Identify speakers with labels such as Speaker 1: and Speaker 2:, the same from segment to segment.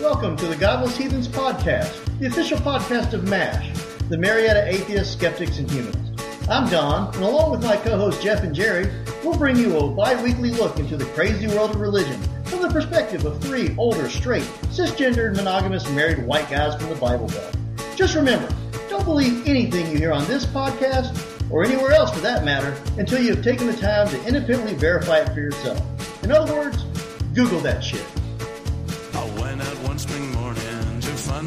Speaker 1: welcome to the Godless Heathens Podcast, the official podcast of MASH, the Marietta Atheists, Skeptics, and Humanists. I'm Don, and along with my co-hosts Jeff and Jerry, we'll bring you a bi-weekly look into the crazy world of religion from the perspective of three older, straight, cisgendered, monogamous, married white guys from the Bible Belt. Just remember, don't believe anything you hear on this podcast, or anywhere else for that matter, until you have taken the time to independently verify it for yourself. In other words, Google that shit.
Speaker 2: I went out one spring morning to find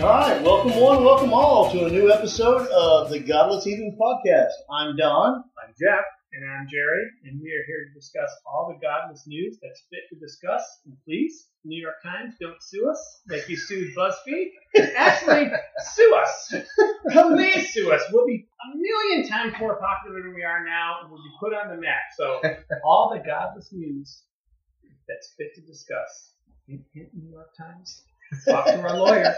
Speaker 1: All right, welcome one, welcome all to a new episode of the Godless Heathens Podcast. I'm Don.
Speaker 3: I'm Jeff. And I'm Jerry, and we are here to discuss all the godless news that's fit to discuss. And please, New York Times, don't sue us like you sued BuzzFeed. Actually, sue us. Please sue us. We'll be a million times more popular than we are now, and we'll be put on the map. So, all the godless news that's fit to discuss. Hint, hint, New York Times. Talk to our lawyer.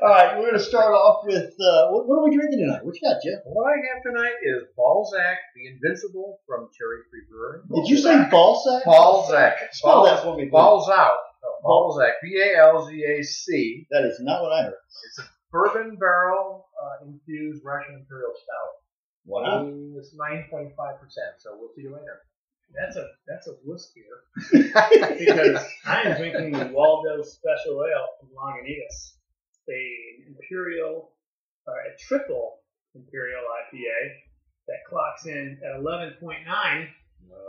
Speaker 1: All right, we're going to start off with uh, what, what are we drinking tonight? What you got, Jeff?
Speaker 4: What I have tonight is Balzac the Invincible from Cherry Tree Brewery.
Speaker 1: Did you say ball sack?
Speaker 4: Balzac?
Speaker 1: Spell that
Speaker 4: Balzac.
Speaker 1: for me. please. Oh.
Speaker 4: Balzac. No, Balzac. B A L Z A C.
Speaker 1: That is not what I heard.
Speaker 4: Bourbon barrel uh, infused Russian Imperial Stout.
Speaker 1: Wow.
Speaker 4: Mm, It's 9.5%, so we'll see you later.
Speaker 3: That's a that's a whiskier. because I am drinking the Waldo Special Ale from Lagunitas, a imperial, or a triple imperial IPA that clocks in at 11.9,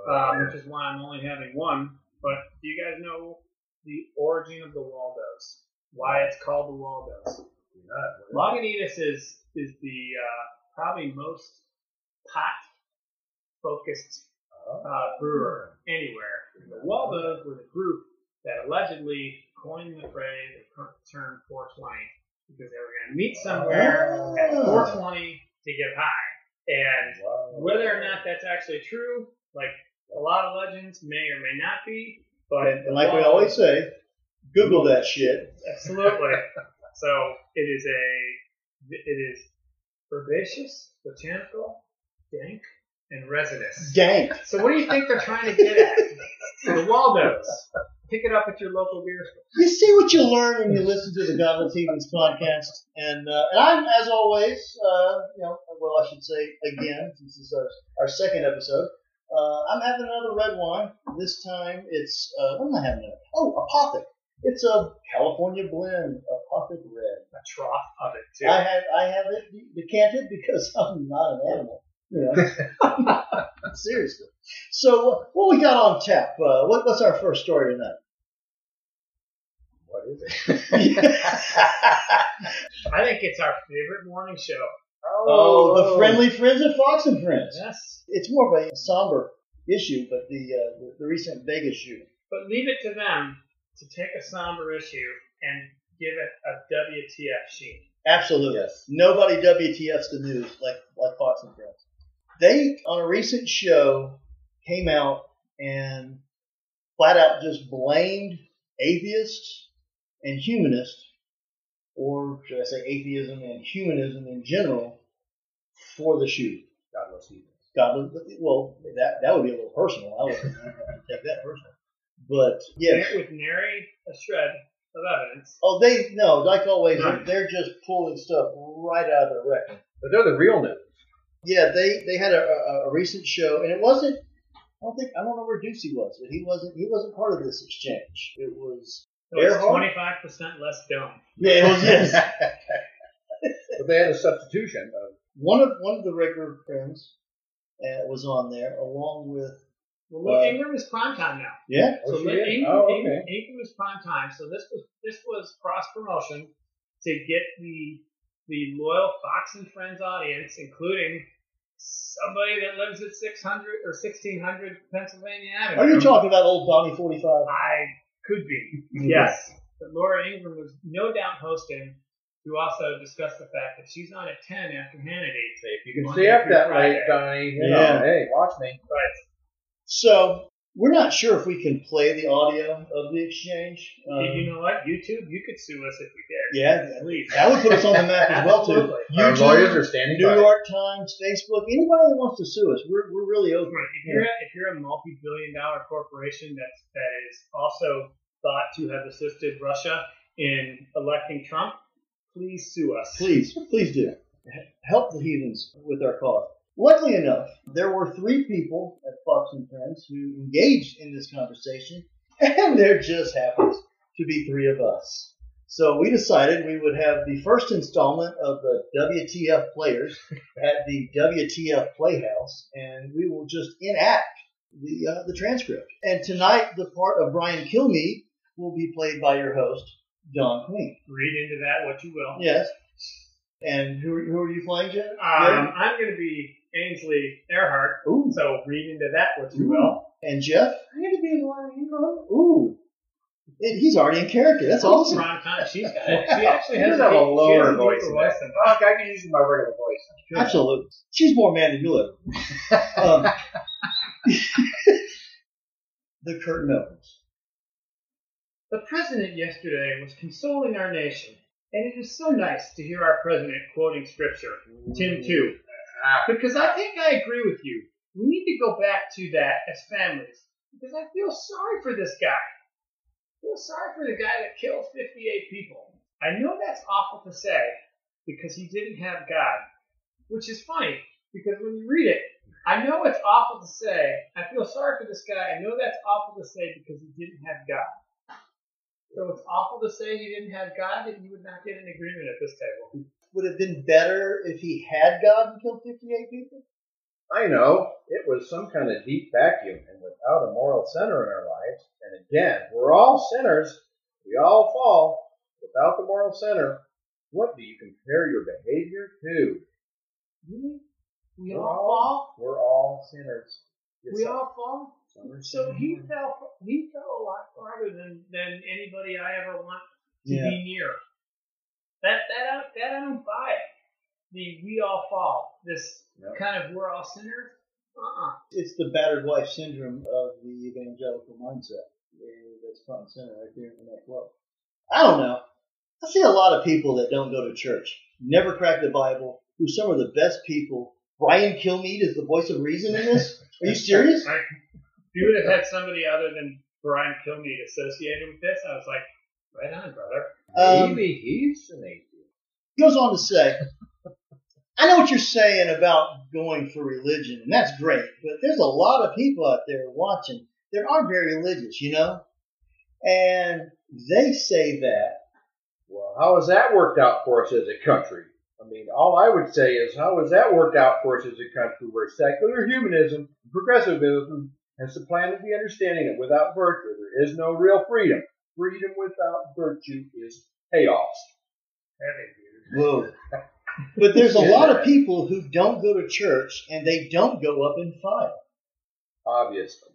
Speaker 3: um, which is why I'm only having one. But do you guys know the origin of the Waldos? Why it's called the Waldos? Lagunitas is is the uh, probably most pot focused
Speaker 1: Oh.
Speaker 3: uh, brewer
Speaker 1: Hmm.
Speaker 3: anywhere. The Waldos were the group that allegedly coined the phrase the cur- term 420 because they were going to meet somewhere at
Speaker 1: Oh.
Speaker 3: 420 to get high. And whether or not that's actually true, like a lot of legends may or may not be, but
Speaker 1: And, and like we always say, Google that shit.
Speaker 3: Absolutely. so it is a it is herbaceous, botanical, dank, and resinous.
Speaker 1: Dank.
Speaker 3: So what do you think they're trying to get at? the Waldos. Pick it up at your local beer store.
Speaker 1: You see what you learn when you listen to the Godless Heathens podcast. And, uh, and I'm, as always, uh, you know, well, I should say again, since this is our, our second episode, uh, I'm having another red wine. This time it's, uh, what am I having? It? Oh, Apothic. It's a California blend, Apothic Red.
Speaker 3: A trough of it too.
Speaker 1: I have, I have it de- decanted because I'm not an animal. You know? Seriously. So, uh, what we got on tap? Uh, what, what's our first story tonight?
Speaker 4: What is it?
Speaker 3: I think it's our favorite morning show.
Speaker 1: Oh, the friendly friends of Fox and Friends.
Speaker 3: Yes.
Speaker 1: It's more of a somber issue, but the uh, the, the recent Vegas shooting.
Speaker 3: But leave it to them to take a somber issue and give it a WTF sheen.
Speaker 1: Absolutely.
Speaker 4: Yes.
Speaker 1: Nobody WTFs the news like like Fox and Friends. They on a recent show came out and flat out just blamed atheists and humanists, or should I say atheism and humanism in general, for the shooting.
Speaker 4: God bless you.
Speaker 1: God, well, that that would be a little personal. I would take that personal. But yeah,
Speaker 3: With nary a shred of evidence.
Speaker 1: oh, they no, like always,
Speaker 3: Right.
Speaker 1: they're just pulling stuff right out of the record.
Speaker 4: But they're the real news.
Speaker 1: Yeah, they they had a, a, a recent show, and it wasn't. I don't think I don't know where Ducey was, but he wasn't he wasn't part of this exchange. It was
Speaker 3: So it's
Speaker 1: Earhart?
Speaker 3: twenty five percent less dome.
Speaker 1: yeah, it was yes.
Speaker 4: But they had a substitution of
Speaker 1: one of one of the regular friends uh, was on there along with
Speaker 3: Well, look,
Speaker 1: Uh,
Speaker 3: Ingram is prime time now.
Speaker 1: yeah
Speaker 4: Oh,
Speaker 3: so
Speaker 4: she
Speaker 3: let-
Speaker 4: is?
Speaker 3: Ingram,
Speaker 4: Oh, okay.
Speaker 3: Ingram, Ingram is prime time. So this was this was cross promotion to get the the loyal Fox and Friends audience, including s- somebody that lives at 600 or 1600 Pennsylvania Avenue.
Speaker 1: Are you talking about old Donnie 45?
Speaker 3: I could be.
Speaker 1: Mhm.
Speaker 3: Yes. But Laura Ingram was no doubt hosting, who also discussed the fact that she's on at 10 after Hannity.
Speaker 4: Say, if you can
Speaker 3: Monday
Speaker 4: stay up
Speaker 3: through
Speaker 4: that
Speaker 3: Friday.
Speaker 4: late, Donnie, you
Speaker 1: Yeah.
Speaker 4: know, hey, watch me.
Speaker 3: But
Speaker 1: So we're not sure if we can play the audio of the exchange. Um,
Speaker 3: you know what? YouTube, you could sue us if we did.
Speaker 1: yeah,
Speaker 3: Please.
Speaker 1: that would put us on the map as well too.
Speaker 3: Absolutely.
Speaker 4: Our lawyers are
Speaker 1: YouTube,
Speaker 4: standing
Speaker 1: New
Speaker 4: by.
Speaker 1: York Times, Facebook, anybody that wants to sue us, we're, we're really open.
Speaker 3: If you're a, if you're a multi-billion dollar corporation that's that is also thought to have assisted Russia in electing Trump, please sue us.
Speaker 1: Please, please do. Help the heathens with our cause. Luckily enough, there were three people at Fox and Friends who engaged in this conversation, and there just happens to be three of us. So we decided we would have the first installment of the WTF Players at the WTF Playhouse, and we will just enact the uh, the transcript. And tonight, the part of Brian Kilmeade will be played by your host, Don Queen.
Speaker 3: Read into that what you will.
Speaker 1: Yes. And who, who are you playing, Jen?
Speaker 3: Um, I'm going to be Ainsley Earhart,
Speaker 1: Yeah. Ooh.
Speaker 3: so read into that what you
Speaker 4: Mm-hmm.
Speaker 3: will.
Speaker 1: And Jeff? I'm going to be Lauren Ingram. Ooh. It, he's already in character. That's
Speaker 3: Oh,
Speaker 1: awesome.
Speaker 3: Ron Con- she's got it. She actually
Speaker 4: He
Speaker 3: has
Speaker 4: does have a
Speaker 3: deep- she
Speaker 4: lower
Speaker 3: has deeper
Speaker 4: voice than that.
Speaker 3: than-
Speaker 4: Fuck, I can use my regular voice.
Speaker 1: Absolutely. She's more man than you ever. um, the curtain opens.
Speaker 3: The president yesterday was consoling our nation, and it is so nice to hear our president quoting scripture, Tim 2.
Speaker 4: Ah,
Speaker 3: Because I think I agree with you. We need to go back to that as families. Because I feel sorry for this guy. I feel sorry for the guy that killed 58 people. I know that's awful to say because he didn't have God, which is funny because when you read it, I know it's awful to say. I feel sorry for this guy. I know that's awful to say because he didn't have God. So it's awful to say he didn't have God, and you would not get an agreement at this table.
Speaker 1: Would it have been better if he had God and killed 58 people?
Speaker 4: I know. It was some kind of deep vacuum, and without a moral center in our lives, and again, we're all sinners. We all fall. Without the moral center, what do you compare your behavior to?
Speaker 3: Really? We all fall?
Speaker 4: We're all sinners. Yes,
Speaker 3: We
Speaker 4: sir.
Speaker 3: all fall.
Speaker 4: Sinners.
Speaker 3: So he fell. He fell a lot farther than than anybody I ever want to be near. That that I, that I don't buy. The we all fall. This
Speaker 4: No.
Speaker 3: kind of we're all sinners. Uh uh
Speaker 1: It's the battered wife syndrome of the evangelical mindset. Yeah, That's front and center right there in that quote. I don't know. I see a lot of people that don't go to church, never crack the Bible, who some of the best people. Brian Kilmeade is the voice of reason in this? Are you serious?
Speaker 3: If you would have had somebody other than Brian Kilmeade associated with this, I was like, right on, brother.
Speaker 1: Um,
Speaker 4: Maybe he's an atheist.
Speaker 1: He goes on to say, I know what you're saying about going for religion, and that's great, but there's a lot of people out there watching that are very religious, you know? And they say that
Speaker 4: Well, how has that worked out for us as a country? I mean, all I would say is, how has that worked out for us as a country where secular humanism, progressivism, has supplanted the understanding that without virtue there is no real freedom. Freedom without virtue is chaos.
Speaker 3: Heavy, dude.
Speaker 1: Whoa. But there's a lot of
Speaker 4: Yeah.
Speaker 1: people who don't go to church and they don't go up in file.
Speaker 4: obviously.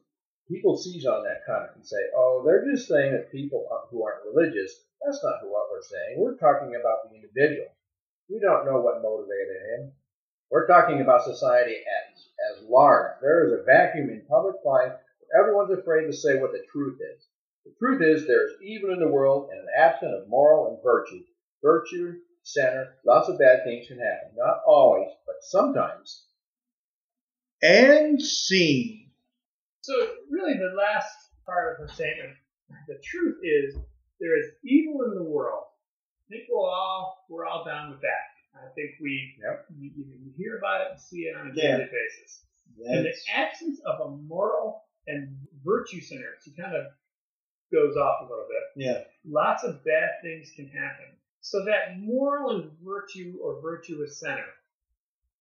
Speaker 4: People seize on that comment and say, oh, they're just saying that people aren't- who aren't religious, that's not who- what we're saying. We're talking about the individual. We don't know what motivated him. We're talking about society as, as large. There is a vacuum in public life where everyone's afraid to say what the truth is. The truth is there is evil in the world and an absence of moral and virtue. Virtue, center, lots of bad things can happen. Not always, but sometimes.
Speaker 1: And seen.
Speaker 3: So really, the last part of her statement, the truth is there is evil in the world. I think we'll all we're all down with that. I think we
Speaker 4: Yep.
Speaker 3: you, you hear about it and see it on a
Speaker 1: Yeah.
Speaker 3: daily basis. And the
Speaker 1: That's,
Speaker 3: absence of a moral and virtue center, she kind of goes off a little bit.
Speaker 1: yeah.
Speaker 3: Lots of bad things can happen. So that moral and virtue or virtuous center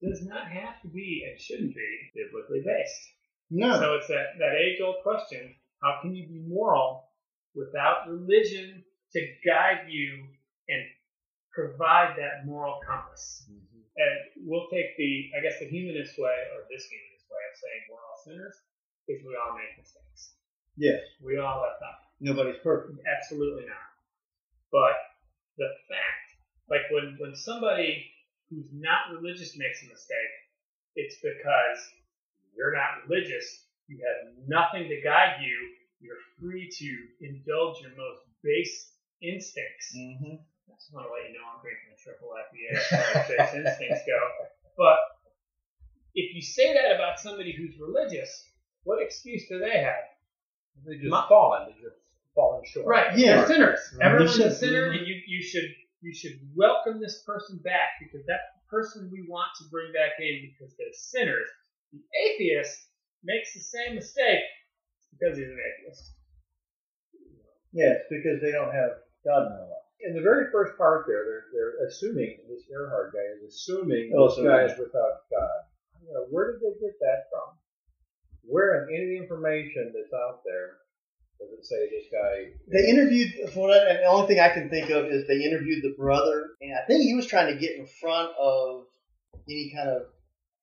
Speaker 3: does not have to be and shouldn't be biblically based.
Speaker 1: No.
Speaker 3: So it's that, that age old question how can you be moral without
Speaker 1: Mm-hmm.
Speaker 3: religion to guide you and provide that moral compass? and we'll take the, I guess, the humanist way or this humanist way of saying we're all sinners is we all make mistakes.
Speaker 1: Yes.
Speaker 3: We all have up.
Speaker 1: Nobody's perfect.
Speaker 3: Absolutely not. But the fact, like when, when somebody who's not religious makes a mistake, it's because you're not religious. You have nothing to guide you. You're free to indulge your most base instincts.
Speaker 4: Mm.
Speaker 1: Mm-hmm.
Speaker 3: I just want to let you know I'm drinking a triple IPA as far as base instincts go. But if you say that about somebody who's religious, what excuse do they have?
Speaker 4: They just
Speaker 3: My-
Speaker 4: fallen. They just fallen short.
Speaker 3: Right.
Speaker 1: Yeah.
Speaker 3: They're sinners.
Speaker 1: Right.
Speaker 3: Everyone's
Speaker 1: They're
Speaker 3: a sinner,
Speaker 1: sinners.
Speaker 3: and you, you should you should welcome this person back because that's the person we want to bring back in because they're sinners. The atheist makes the same mistake because he's an atheist.
Speaker 1: Yes, because they don't have God in their life.
Speaker 4: In the very first part there, they're, they're assuming this Earhart guy is assuming
Speaker 1: Oh,
Speaker 4: this
Speaker 1: so-
Speaker 4: guy is without God. You know, where did they get that from? Where in any information that's out there does it say this guy?
Speaker 1: They interviewed, for what I, and the only thing I can think of is they interviewed the brother, and I think he was trying to get in front of any kind of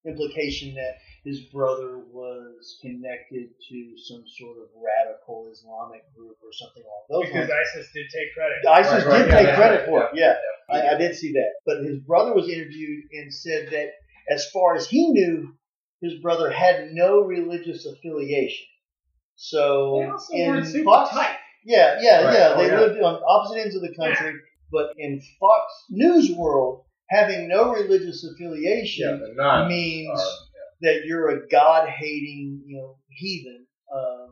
Speaker 1: implication that his brother was connected to some sort of radical Islamic group or something along those
Speaker 3: Because
Speaker 1: lines.
Speaker 3: ISIS did take credit.
Speaker 1: ISIS
Speaker 4: Right, right,
Speaker 1: did
Speaker 4: yeah,
Speaker 1: take
Speaker 4: yeah,
Speaker 1: credit for it, yeah.
Speaker 4: yeah.
Speaker 1: I, I did see that. But his brother was interviewed and said that as far as he knew, his brother had no religious affiliation. So
Speaker 3: They also
Speaker 1: in
Speaker 3: weren't super
Speaker 1: Fox-
Speaker 3: tight.
Speaker 1: yeah, yeah,
Speaker 4: Right.
Speaker 1: yeah.
Speaker 4: Oh,
Speaker 1: They
Speaker 4: yeah.
Speaker 1: lived on opposite ends of the country, but in Fox News world, having no religious
Speaker 4: Yeah,
Speaker 1: affiliation
Speaker 4: the non.
Speaker 1: means
Speaker 4: are-
Speaker 1: that you're a God-hating, you know, heathen uh,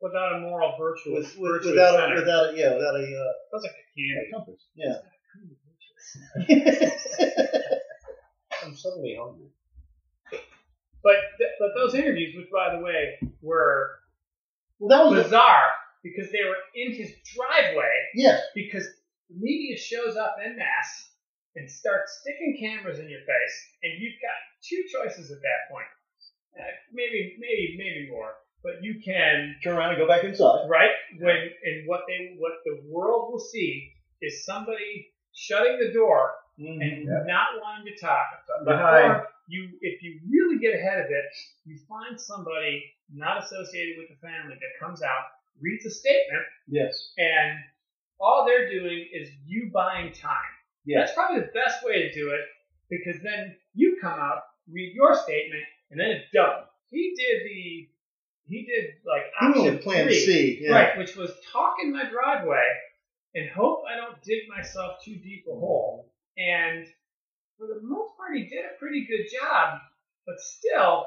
Speaker 3: Without a moral virtue.
Speaker 1: with, with,
Speaker 3: virtue
Speaker 1: without a,
Speaker 3: center.
Speaker 1: without a, yeah, without a,
Speaker 3: Those are candy.
Speaker 1: uh, compass. Yeah. uh,
Speaker 4: I'm suddenly hungry.
Speaker 3: But th- but those interviews, which by the way were
Speaker 1: well, that was a,
Speaker 3: bizarre because they were in his driveway
Speaker 1: yes,
Speaker 3: because the media shows up en masse and starts sticking cameras in your face, and you've got two choices at that point. Uh, maybe, maybe, maybe more, but you can
Speaker 1: turn around and go back inside.
Speaker 3: right when and what they what the world will see is somebody shutting the door
Speaker 1: Mm-hmm.
Speaker 3: and
Speaker 4: Yeah.
Speaker 3: not wanting to talk. Or
Speaker 4: Behind.
Speaker 3: you, if you really get ahead of it, you find somebody not associated with the family that comes out, reads a statement,
Speaker 1: Yes,
Speaker 3: and all they're doing is you buying time.
Speaker 1: yes.
Speaker 3: That's probably the best way to do it because then you come out, read your statement, and then it's done. He did the he did like
Speaker 1: You mean
Speaker 3: option
Speaker 1: a plan
Speaker 3: three,
Speaker 1: C? Yeah.
Speaker 3: right, which was talk in my driveway and hope I don't dig myself too deep a hole. And for the most part, he did a pretty good job, but still.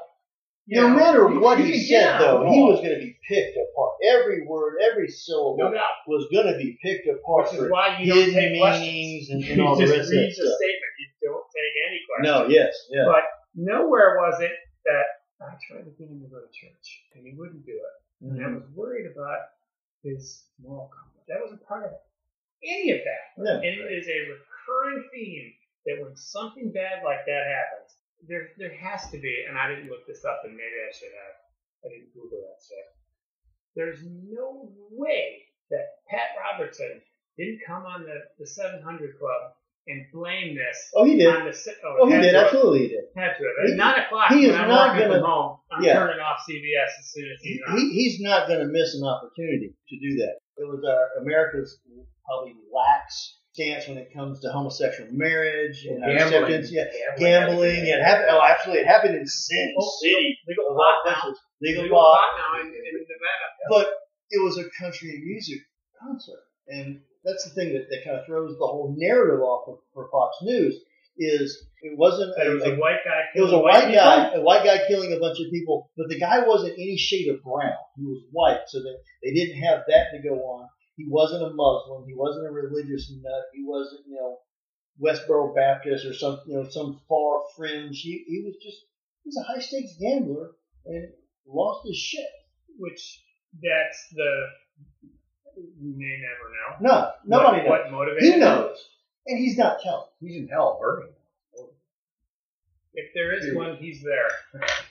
Speaker 3: you
Speaker 1: No
Speaker 3: know,
Speaker 1: matter
Speaker 3: you-
Speaker 1: what
Speaker 3: you
Speaker 1: he
Speaker 3: can get
Speaker 1: said,
Speaker 3: out of
Speaker 1: though,
Speaker 3: the
Speaker 1: he
Speaker 3: hole.
Speaker 1: was going to be picked apart. Every word, every syllable
Speaker 3: no doubt.
Speaker 1: was going to be picked apart
Speaker 3: Which
Speaker 1: for
Speaker 3: is why you don't
Speaker 1: hidden
Speaker 3: take questions.
Speaker 1: meanings and,
Speaker 3: You
Speaker 1: and all the
Speaker 3: just
Speaker 1: rest of that
Speaker 3: read the
Speaker 1: stuff.
Speaker 3: statement. You don't take any questions.
Speaker 1: No, yes, yeah.
Speaker 3: Nowhere was it that I tried to get him to go to church and he wouldn't do it. And I
Speaker 1: Mhm.
Speaker 3: was worried about his moral compass. That wasn't part of any of that.
Speaker 1: Yeah.
Speaker 3: And it is a recurring theme that when something bad like that happens, there there has to be, and I didn't look this up, and maybe I should have. I didn't Google that shit. There's no way that Pat Robertson didn't come on the, the 700 Club and blame this
Speaker 1: Oh, he did.
Speaker 3: on the si- oh,
Speaker 1: Oh, he
Speaker 3: had
Speaker 1: did.
Speaker 3: to have-
Speaker 1: Absolutely, he did.
Speaker 3: had to have.
Speaker 1: He-
Speaker 3: At nine o'clock,
Speaker 1: he
Speaker 3: when
Speaker 1: is
Speaker 3: I'm
Speaker 1: not
Speaker 3: working
Speaker 1: gonna-
Speaker 3: from home, I'm
Speaker 1: yeah.
Speaker 3: turning off CBS as soon as he's
Speaker 1: He,
Speaker 3: on. Oh,
Speaker 1: he- he's not going to miss an opportunity to do that. It was our America's probably lax stance when it comes to homosexual marriage and our acceptance. Yeah, gambling. It happened. Oh, absolutely, it happened in Sin
Speaker 3: Oh,
Speaker 1: City.
Speaker 3: legal
Speaker 1: A
Speaker 3: pot
Speaker 1: lot of
Speaker 3: now.
Speaker 1: places.
Speaker 3: Legal
Speaker 1: Legal pot.
Speaker 3: pot now in, in Nevada.
Speaker 1: But it was a country music concert, and that's the thing that, that kind of throws the whole narrative off of, for Fox News is it wasn't
Speaker 3: But it was
Speaker 1: a,
Speaker 3: a white guy.
Speaker 1: It was a
Speaker 3: killing
Speaker 1: white
Speaker 3: people.
Speaker 1: guy, a white guy killing a bunch of people, but the guy wasn't any shade of brown. He was white, so they, they didn't have that to go on. He wasn't a Muslim. He wasn't a religious nut. He wasn't, you know, Westboro Baptist or some, you know, some far fringe. He, he was just, he was a high stakes gambler and lost his shit.
Speaker 3: Which that's the we may never know.
Speaker 1: No, nobody knows.
Speaker 3: what, What motivated
Speaker 1: He knows, and he's not telling.
Speaker 4: He's in hell burning.
Speaker 3: Him. If there is one, he's there.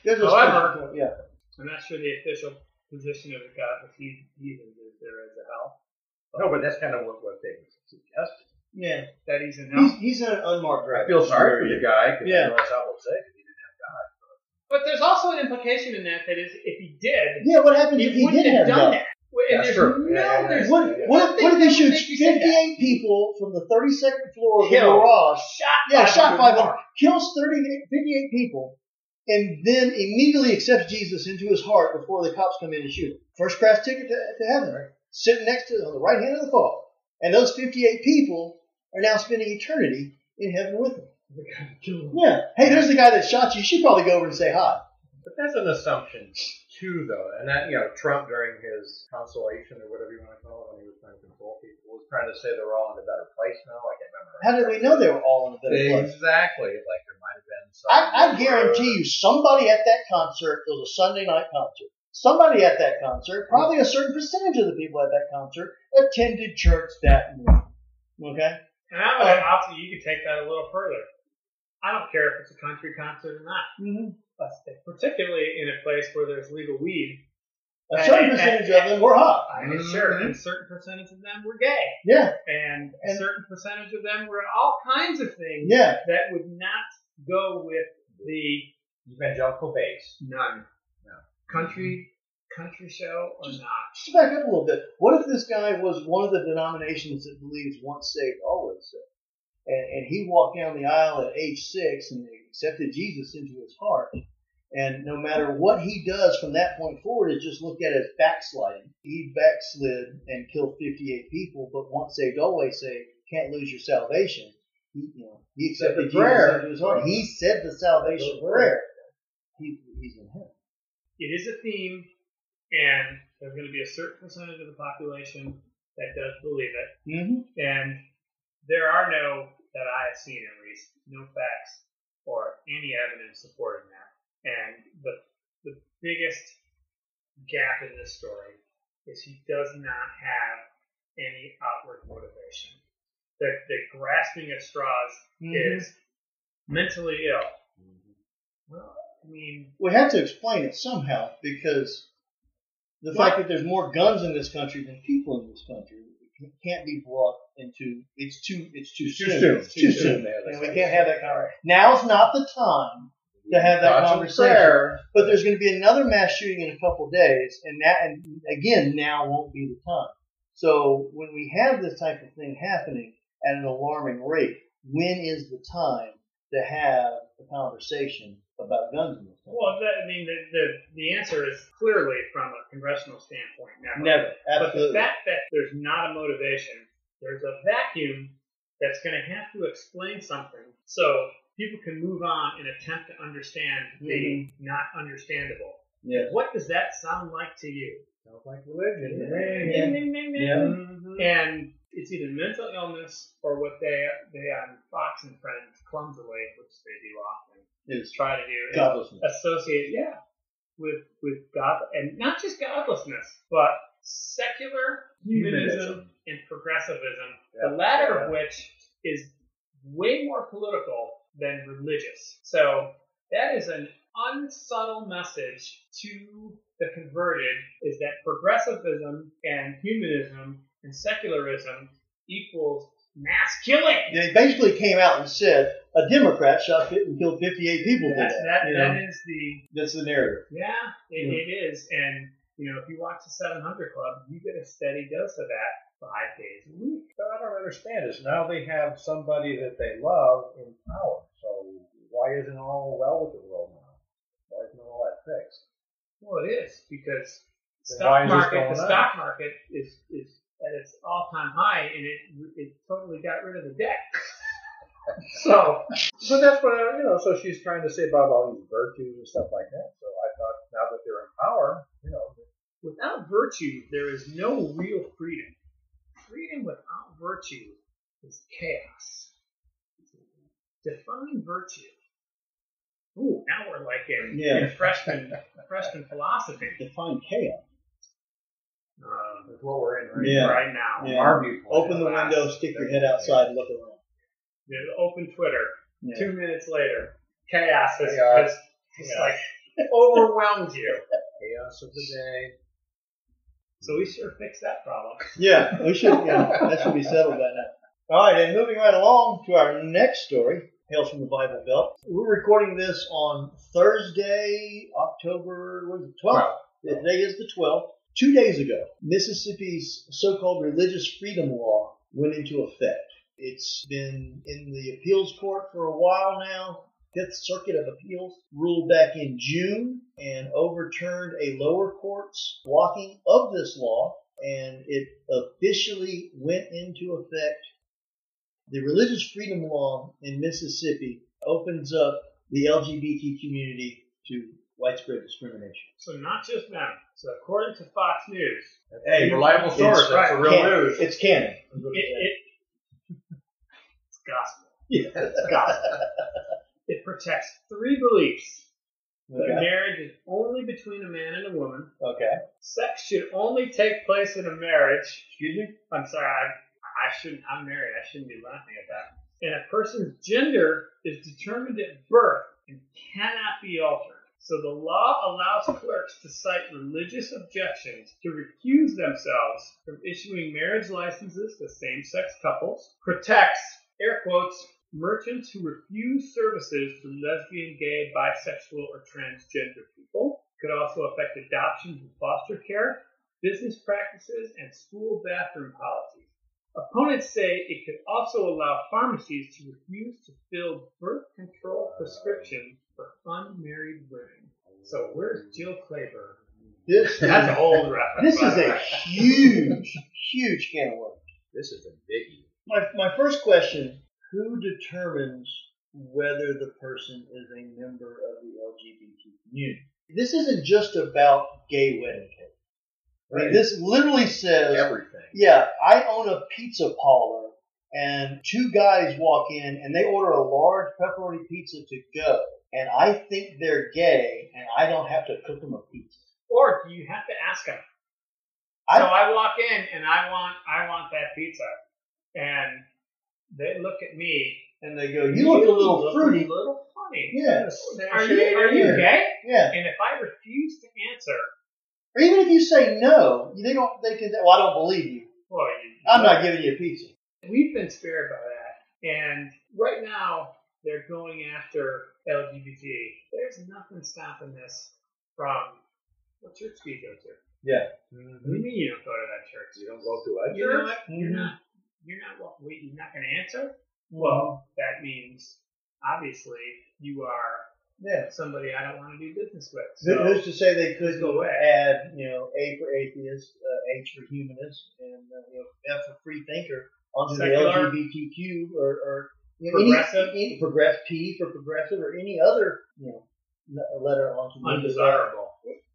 Speaker 1: There's a
Speaker 3: However-
Speaker 1: special- yeah,
Speaker 3: I'm not sure the official position of the God, if he even if there is a hell.
Speaker 4: No, but that's kind of what, what they suggested.
Speaker 1: Yeah.
Speaker 3: that he's enough.
Speaker 1: He's, he's an unmarked driver.
Speaker 4: I feel sorry for the guy because
Speaker 1: Yeah.
Speaker 4: I know that's how we'll say it.
Speaker 3: But there's also an implication in that that is, if he did,
Speaker 1: Yeah, what happened
Speaker 3: he
Speaker 1: if he
Speaker 3: wouldn't
Speaker 1: didn't
Speaker 3: have
Speaker 1: have done
Speaker 3: done that. Well, And
Speaker 4: That's
Speaker 3: there's
Speaker 4: true.
Speaker 3: no,
Speaker 4: Yeah, yeah,
Speaker 3: there's
Speaker 4: yeah.
Speaker 1: What, what, what if he
Speaker 3: Nothing
Speaker 1: shoots
Speaker 3: that would make you say that.
Speaker 1: 58 people from the 32nd floor of
Speaker 3: Kill.
Speaker 1: the garage?
Speaker 3: shot.
Speaker 1: Yeah, shot
Speaker 3: 500
Speaker 1: 500. Kills 38 58 people and then immediately accepts Jesus into his heart before the cops come in and shoot him. First class ticket to, to heaven, right? Sitting next to on the right hand of the Father. And those 58 people are now spending eternity in heaven with him. Yeah. Hey, there's the guy that shot you. You should probably go over and say hi.
Speaker 4: But that's an assumption too, though. And that you know, Trump during his consolation or whatever you want to call it, when he was trying to console people, was trying to say they're all in a better place now. I can't remember.
Speaker 1: How did we know they were all in a better place?
Speaker 4: Exactly. Like there might have been. Some
Speaker 1: I, I guarantee you, somebody at that concert, it was a Sunday night concert, somebody at that concert, probably a certain percentage of the people at that concert, attended church that morning. Okay?
Speaker 3: And I would obviously you could take that a little further. I don't care if it's a country concert or not,
Speaker 1: Mm-hmm.
Speaker 3: particularly in a place where there's legal weed.
Speaker 1: A certain percentage of them were hot.
Speaker 3: I am sure a certain percentage of them were gay,
Speaker 1: Yeah,
Speaker 3: and a
Speaker 1: And-
Speaker 3: certain percentage of them were all kinds of things
Speaker 1: yeah.
Speaker 3: that would not go with the
Speaker 4: evangelical base.
Speaker 3: none country country show or not.
Speaker 1: Mm-hmm. Just back up a little bit. What if this guy was one of the denominations that believes once saved, always saved? And, and he walked down the aisle at age six and accepted Jesus into his heart. And no matter what he does from that point forward is just looked at as backsliding. He backslid and killed 58 people, but once saved, always saved. Can't lose your salvation. He, you know, he
Speaker 4: Said the
Speaker 1: accepted
Speaker 4: prayer.
Speaker 1: Jesus into his heart. He said the salvation
Speaker 4: The prayer.
Speaker 1: prayer. He, he's in heaven.
Speaker 3: it is a theme, and there's going to be a certain percentage of the population that does believe it.
Speaker 1: Mm-hmm.
Speaker 3: And there are no, that I have seen at least, no facts or any evidence supporting that. And the the biggest gap in this story is he does not have any outward motivation. The, the grasping at straws is mentally ill. Well, I mean,
Speaker 1: we have to explain it somehow because the
Speaker 3: Why-
Speaker 1: fact that there's more guns in this country than people in this country it can't be brought into it's too it's too, soon. It's too, soon. And we can't have that conversation. Now's not the time. to have that
Speaker 4: Thoughts and
Speaker 1: conversation.
Speaker 4: prayer.
Speaker 1: But there's going to be another mass shooting in a couple days, and that and again now won't be the time. So when we have this type of thing happening at an alarming rate, when is the time to have a conversation about guns in this country?
Speaker 3: Well, that, I mean, the, the, the answer is clearly from a congressional standpoint, never.
Speaker 1: Never.
Speaker 3: But the
Speaker 1: Absolutely.
Speaker 3: fact that there's not a motivation, there's a vacuum that's going to have to explain something so people can move on and attempt to understand the
Speaker 1: Mm-hmm.
Speaker 3: not understandable.
Speaker 1: yeah.
Speaker 3: What does that sound like to you?
Speaker 4: Sounds like religion.
Speaker 1: Yeah.
Speaker 3: Ding, ding, ding, ding.
Speaker 1: Yeah.
Speaker 3: And it's either mental illness or what they they on Fox and Friends clumsily, which they do often,
Speaker 1: It's
Speaker 3: try to do. is
Speaker 1: godlessness.
Speaker 3: associated, yeah, with with God and not just godlessness, but secular humanism and progressivism.
Speaker 4: Yeah.
Speaker 3: The latter
Speaker 4: Yeah.
Speaker 3: of which is way more political than religious. So that is an unsubtle message to the converted is that progressivism and humanism and secularism equals mass killing.
Speaker 1: They basically came out and said a Democrat shot fit and killed 58 people.
Speaker 3: That's,
Speaker 1: today.
Speaker 3: that,
Speaker 1: You know,
Speaker 3: that is the
Speaker 1: that's the narrative.
Speaker 3: Yeah, it,
Speaker 1: Yeah.
Speaker 3: it is. And, you know, if you watch the 700 Club, you get a steady dose of that five days a week.
Speaker 4: But I don't understand is now they have somebody that they love in power. So why isn't all well with the world now? Why isn't all that fixed?
Speaker 3: Well, it is because
Speaker 4: Then
Speaker 3: stock
Speaker 4: why is this
Speaker 3: market,
Speaker 4: going
Speaker 3: the
Speaker 4: up?
Speaker 3: stock market is, is at its all time high and it, it totally got rid of the debt. so,
Speaker 4: But that's what I, you know. So she's trying to say about all these virtues and stuff like that. So I thought now that they're in power, you know,
Speaker 3: without virtue, there is no real freedom. Freedom without virtue is chaos. Define virtue. Ooh, now we're like in,
Speaker 1: Yeah.
Speaker 3: in freshman freshman philosophy
Speaker 1: Define chaos.
Speaker 3: um,
Speaker 4: that's what we're in right,
Speaker 1: Yeah.
Speaker 3: right now.
Speaker 1: Yeah.
Speaker 4: Our viewpoint.
Speaker 1: Open the window, stick your head outside, and look around.
Speaker 3: You know, open Twitter.
Speaker 1: Yeah.
Speaker 3: Two minutes later, chaos has,
Speaker 4: Chaos.
Speaker 3: has just like overwhelmed you.
Speaker 4: Chaos of the day.
Speaker 3: So we sure fixed that problem.
Speaker 1: Yeah, we should. Yeah, that should be settled by now. All right, and moving right along to our next story, Hails from the Bible Belt. We're recording this on Thursday, October what is it, 12th.
Speaker 4: Wow.
Speaker 1: Today is the 12th. Two days ago, Mississippi's so called religious freedom law went into effect. It's been in the appeals court for a while now. Fifth Circuit of Appeals ruled back in June and overturned a lower court's blocking of this law, and it officially went into effect the religious freedom law in Mississippi opens up the LGBT community to widespread discrimination.
Speaker 3: So not just them. So according to Fox News,
Speaker 4: Hey, reliable source.
Speaker 3: It's
Speaker 4: That's
Speaker 3: right.
Speaker 4: the real
Speaker 1: Canon.
Speaker 4: news.
Speaker 1: It's canon.
Speaker 3: it, it, it's gospel.
Speaker 1: Yeah.
Speaker 3: It's gospel. it protects three beliefs. That
Speaker 1: Okay.
Speaker 3: marriage is only between a man and a woman.
Speaker 1: okay.
Speaker 3: Sex should only take place in a marriage.
Speaker 1: Excuse me?
Speaker 3: I'm sorry, I, I shouldn't. I'm married. I shouldn't be laughing at that. And a person's gender is determined at birth and cannot be altered. So the law allows clerks to cite religious objections to recuse themselves from issuing marriage licenses to same-sex couples. Protects air quotes merchants who refuse services to lesbian, gay, bisexual, or transgender people. Could also affect adoptions and foster care business practices, and school bathroom policies. Opponents say it could also allow pharmacies to refuse to fill birth control prescriptions for unmarried women. So where's Jill Clayburgh?
Speaker 1: This,
Speaker 3: That's an old reference.
Speaker 1: this is
Speaker 3: by the
Speaker 1: a
Speaker 3: way.
Speaker 1: huge, huge can of worms.
Speaker 4: This is a biggie.
Speaker 1: My, my first question who determines whether the person is a member of the LGBT community? This isn't just about gay wedding cake. I mean,
Speaker 4: Right.
Speaker 1: this literally says
Speaker 4: Everything.
Speaker 1: Yeah, I own a pizza parlor, and two guys walk in and they order a large pepperoni pizza to go, and I think they're gay, and I don't have to cook them a pizza.
Speaker 3: Or do you have to ask them?
Speaker 1: I-
Speaker 3: so I walk in and I want I want that pizza, and they look at me.
Speaker 1: And they go, "You look a little
Speaker 3: look
Speaker 1: fruity."
Speaker 3: A little funny.
Speaker 1: Yes.
Speaker 3: Are you are you gay?
Speaker 1: Yeah,
Speaker 3: And if I refuse to answer,
Speaker 1: or even if you say no, they don't. They can. Well, I don't believe you.
Speaker 3: well, you,
Speaker 1: I'm not giving you a pizza.
Speaker 3: We've been spared by that, and right now they're going after LGBT. There's nothing stopping this from what church do you go to? What do you mean you don't go to that church?
Speaker 4: You don't go to a
Speaker 3: You know
Speaker 4: church. Mm-hmm.
Speaker 3: what? You're not. You're not. wa- Wait, you're not going to answer.
Speaker 4: Mm-hmm.
Speaker 3: Well, that means obviously you are
Speaker 1: Yeah.
Speaker 3: somebody I don't want to do business with.
Speaker 1: Who-
Speaker 3: So
Speaker 1: Who's to say they couldn't
Speaker 3: Go away.
Speaker 1: add, you know, A for atheist, uh, H for humanist, and uh, you know, F for free thinker onto the
Speaker 3: Secular.
Speaker 1: LGBTQ or, or you know, any-
Speaker 3: Progressive.
Speaker 1: any, progress P for progressive, or any other you know le- letter onto the
Speaker 3: undesirable.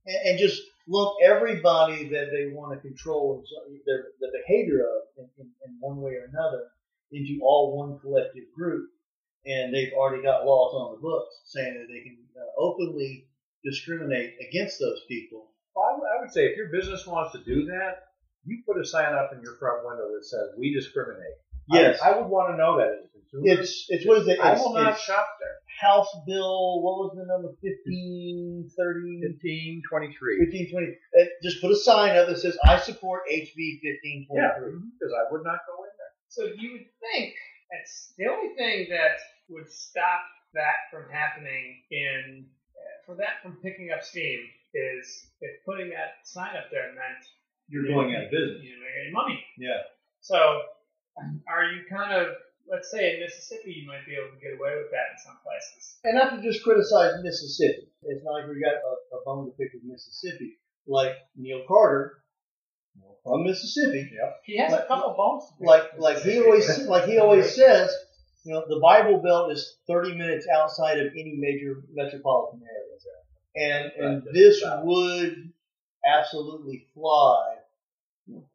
Speaker 1: and, and just lump everybody that they want to control and so- their the behavior of in, in, in one way or another into all one collective group. And they've already got laws on the books saying that they can uh, openly discriminate against those people.
Speaker 4: Well, I would- I would say if your business wants to do that, you put a sign up in your front window that says "We discriminate." I- I, would want to know that as a consumer.
Speaker 1: it's it's what is it?
Speaker 4: I
Speaker 1: It's,
Speaker 4: will not
Speaker 1: it's
Speaker 4: shop there.
Speaker 1: House Bill. What was the number? Fifteen thirty.
Speaker 4: 1523.
Speaker 1: Fifteen twenty. Uh, Just put a sign up that says "I support HB fifteen twenty
Speaker 4: Yeah,
Speaker 1: three.
Speaker 4: because I would not go in there.
Speaker 3: So you would think that's the only thing that would stop that from happening in uh, for that from picking up steam is if putting that sign up there meant
Speaker 1: You're
Speaker 3: You're not getting money.
Speaker 1: Yeah.
Speaker 3: So are you kind of let's say in Mississippi you might be able to get away with that in some places.
Speaker 1: And not to just criticize Mississippi. It's not like we got a, a bone to pick with Mississippi. Like Neil Carter from Mississippi.
Speaker 4: Yep.
Speaker 3: He has a couple bones. to pick
Speaker 1: Like
Speaker 3: with
Speaker 1: like he
Speaker 3: Mississippi.
Speaker 1: always like he always says, you know, the Bible Belt is 30 minutes outside of any major metropolitan areas. And and
Speaker 4: Right.
Speaker 1: this would absolutely fly.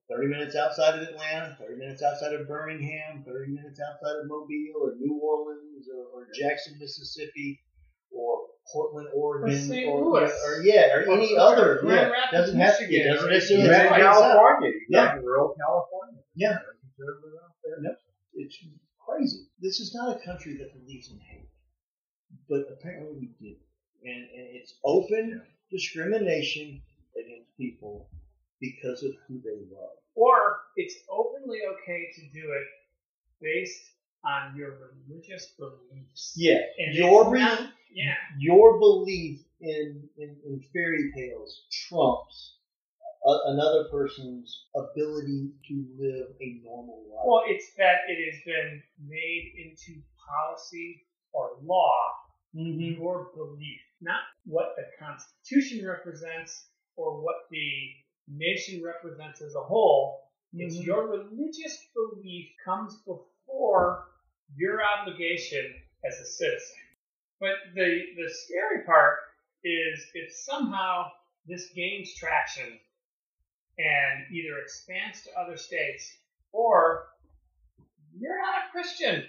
Speaker 1: 30 minutes outside of Atlanta, 30 minutes outside of Birmingham, 30 minutes outside of Mobile or New Orleans or, or Jackson, Mississippi or Portland, Oregon
Speaker 3: St.
Speaker 1: or,
Speaker 3: Louis.
Speaker 1: or yeah, or any
Speaker 3: Or
Speaker 1: other.
Speaker 3: Grand
Speaker 1: yeah.
Speaker 3: Rapids,
Speaker 1: doesn't have to be.
Speaker 3: Michigan,
Speaker 1: Doesn't
Speaker 3: or
Speaker 1: necessarily
Speaker 4: You're
Speaker 3: Yeah,
Speaker 1: have
Speaker 4: in
Speaker 1: to be outside.
Speaker 4: California. You
Speaker 1: Yeah.
Speaker 4: got rural California.
Speaker 1: Yeah.
Speaker 4: Very conservative out there.
Speaker 1: Yep. It's crazy. This is not a country that believes in hate, but apparently we do. And, and it's open discrimination against people because of who they love.
Speaker 3: Or it's openly okay to do it based on your religious beliefs.
Speaker 1: Yeah,
Speaker 3: And
Speaker 1: your
Speaker 3: it's not-
Speaker 1: re-
Speaker 3: yeah,
Speaker 1: your belief in, in, in fairy tales trumps a, another person's ability to live a normal life.
Speaker 3: Well, it's that it has been made into policy or law, your belief, not what the Constitution represents or what the nation represents as a whole. It's
Speaker 1: Mhm.
Speaker 3: your religious belief comes before your obligation as a citizen. But the, the scary part is if somehow this gains traction and either expands to other states or you're not a Christian.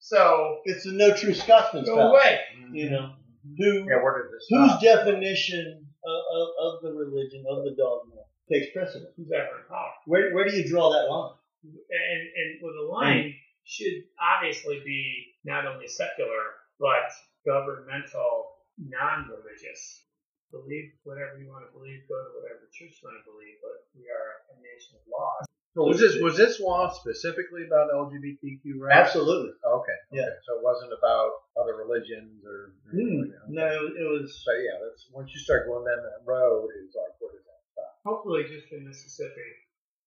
Speaker 3: So
Speaker 1: it's the no Mm-hmm. true Scotsman
Speaker 3: go
Speaker 1: stuff.
Speaker 3: away.
Speaker 1: You know, who,
Speaker 4: Yeah, where does this
Speaker 1: whose
Speaker 3: Ah.
Speaker 4: stop?
Speaker 1: definition of, of, of the religion, of the dogma, takes precedence?
Speaker 3: Who's ever in power?
Speaker 1: Where, where do you draw that line?
Speaker 3: And and well, the line should obviously be not only secular but governmental, non-religious. Believe whatever you want to believe. Go to whatever church you want to believe. But we are a nation of laws.
Speaker 4: Was this was this law specifically about LGBTQ rights?
Speaker 1: Absolutely.
Speaker 4: Oh, Okay.
Speaker 1: Yeah. Hmm.
Speaker 4: Okay. So it wasn't about other religions or. or anything like that.
Speaker 1: No, it was.
Speaker 4: So yeah, that's once you start going down that road, it's like where does that stop?
Speaker 3: Hopefully, just in Mississippi,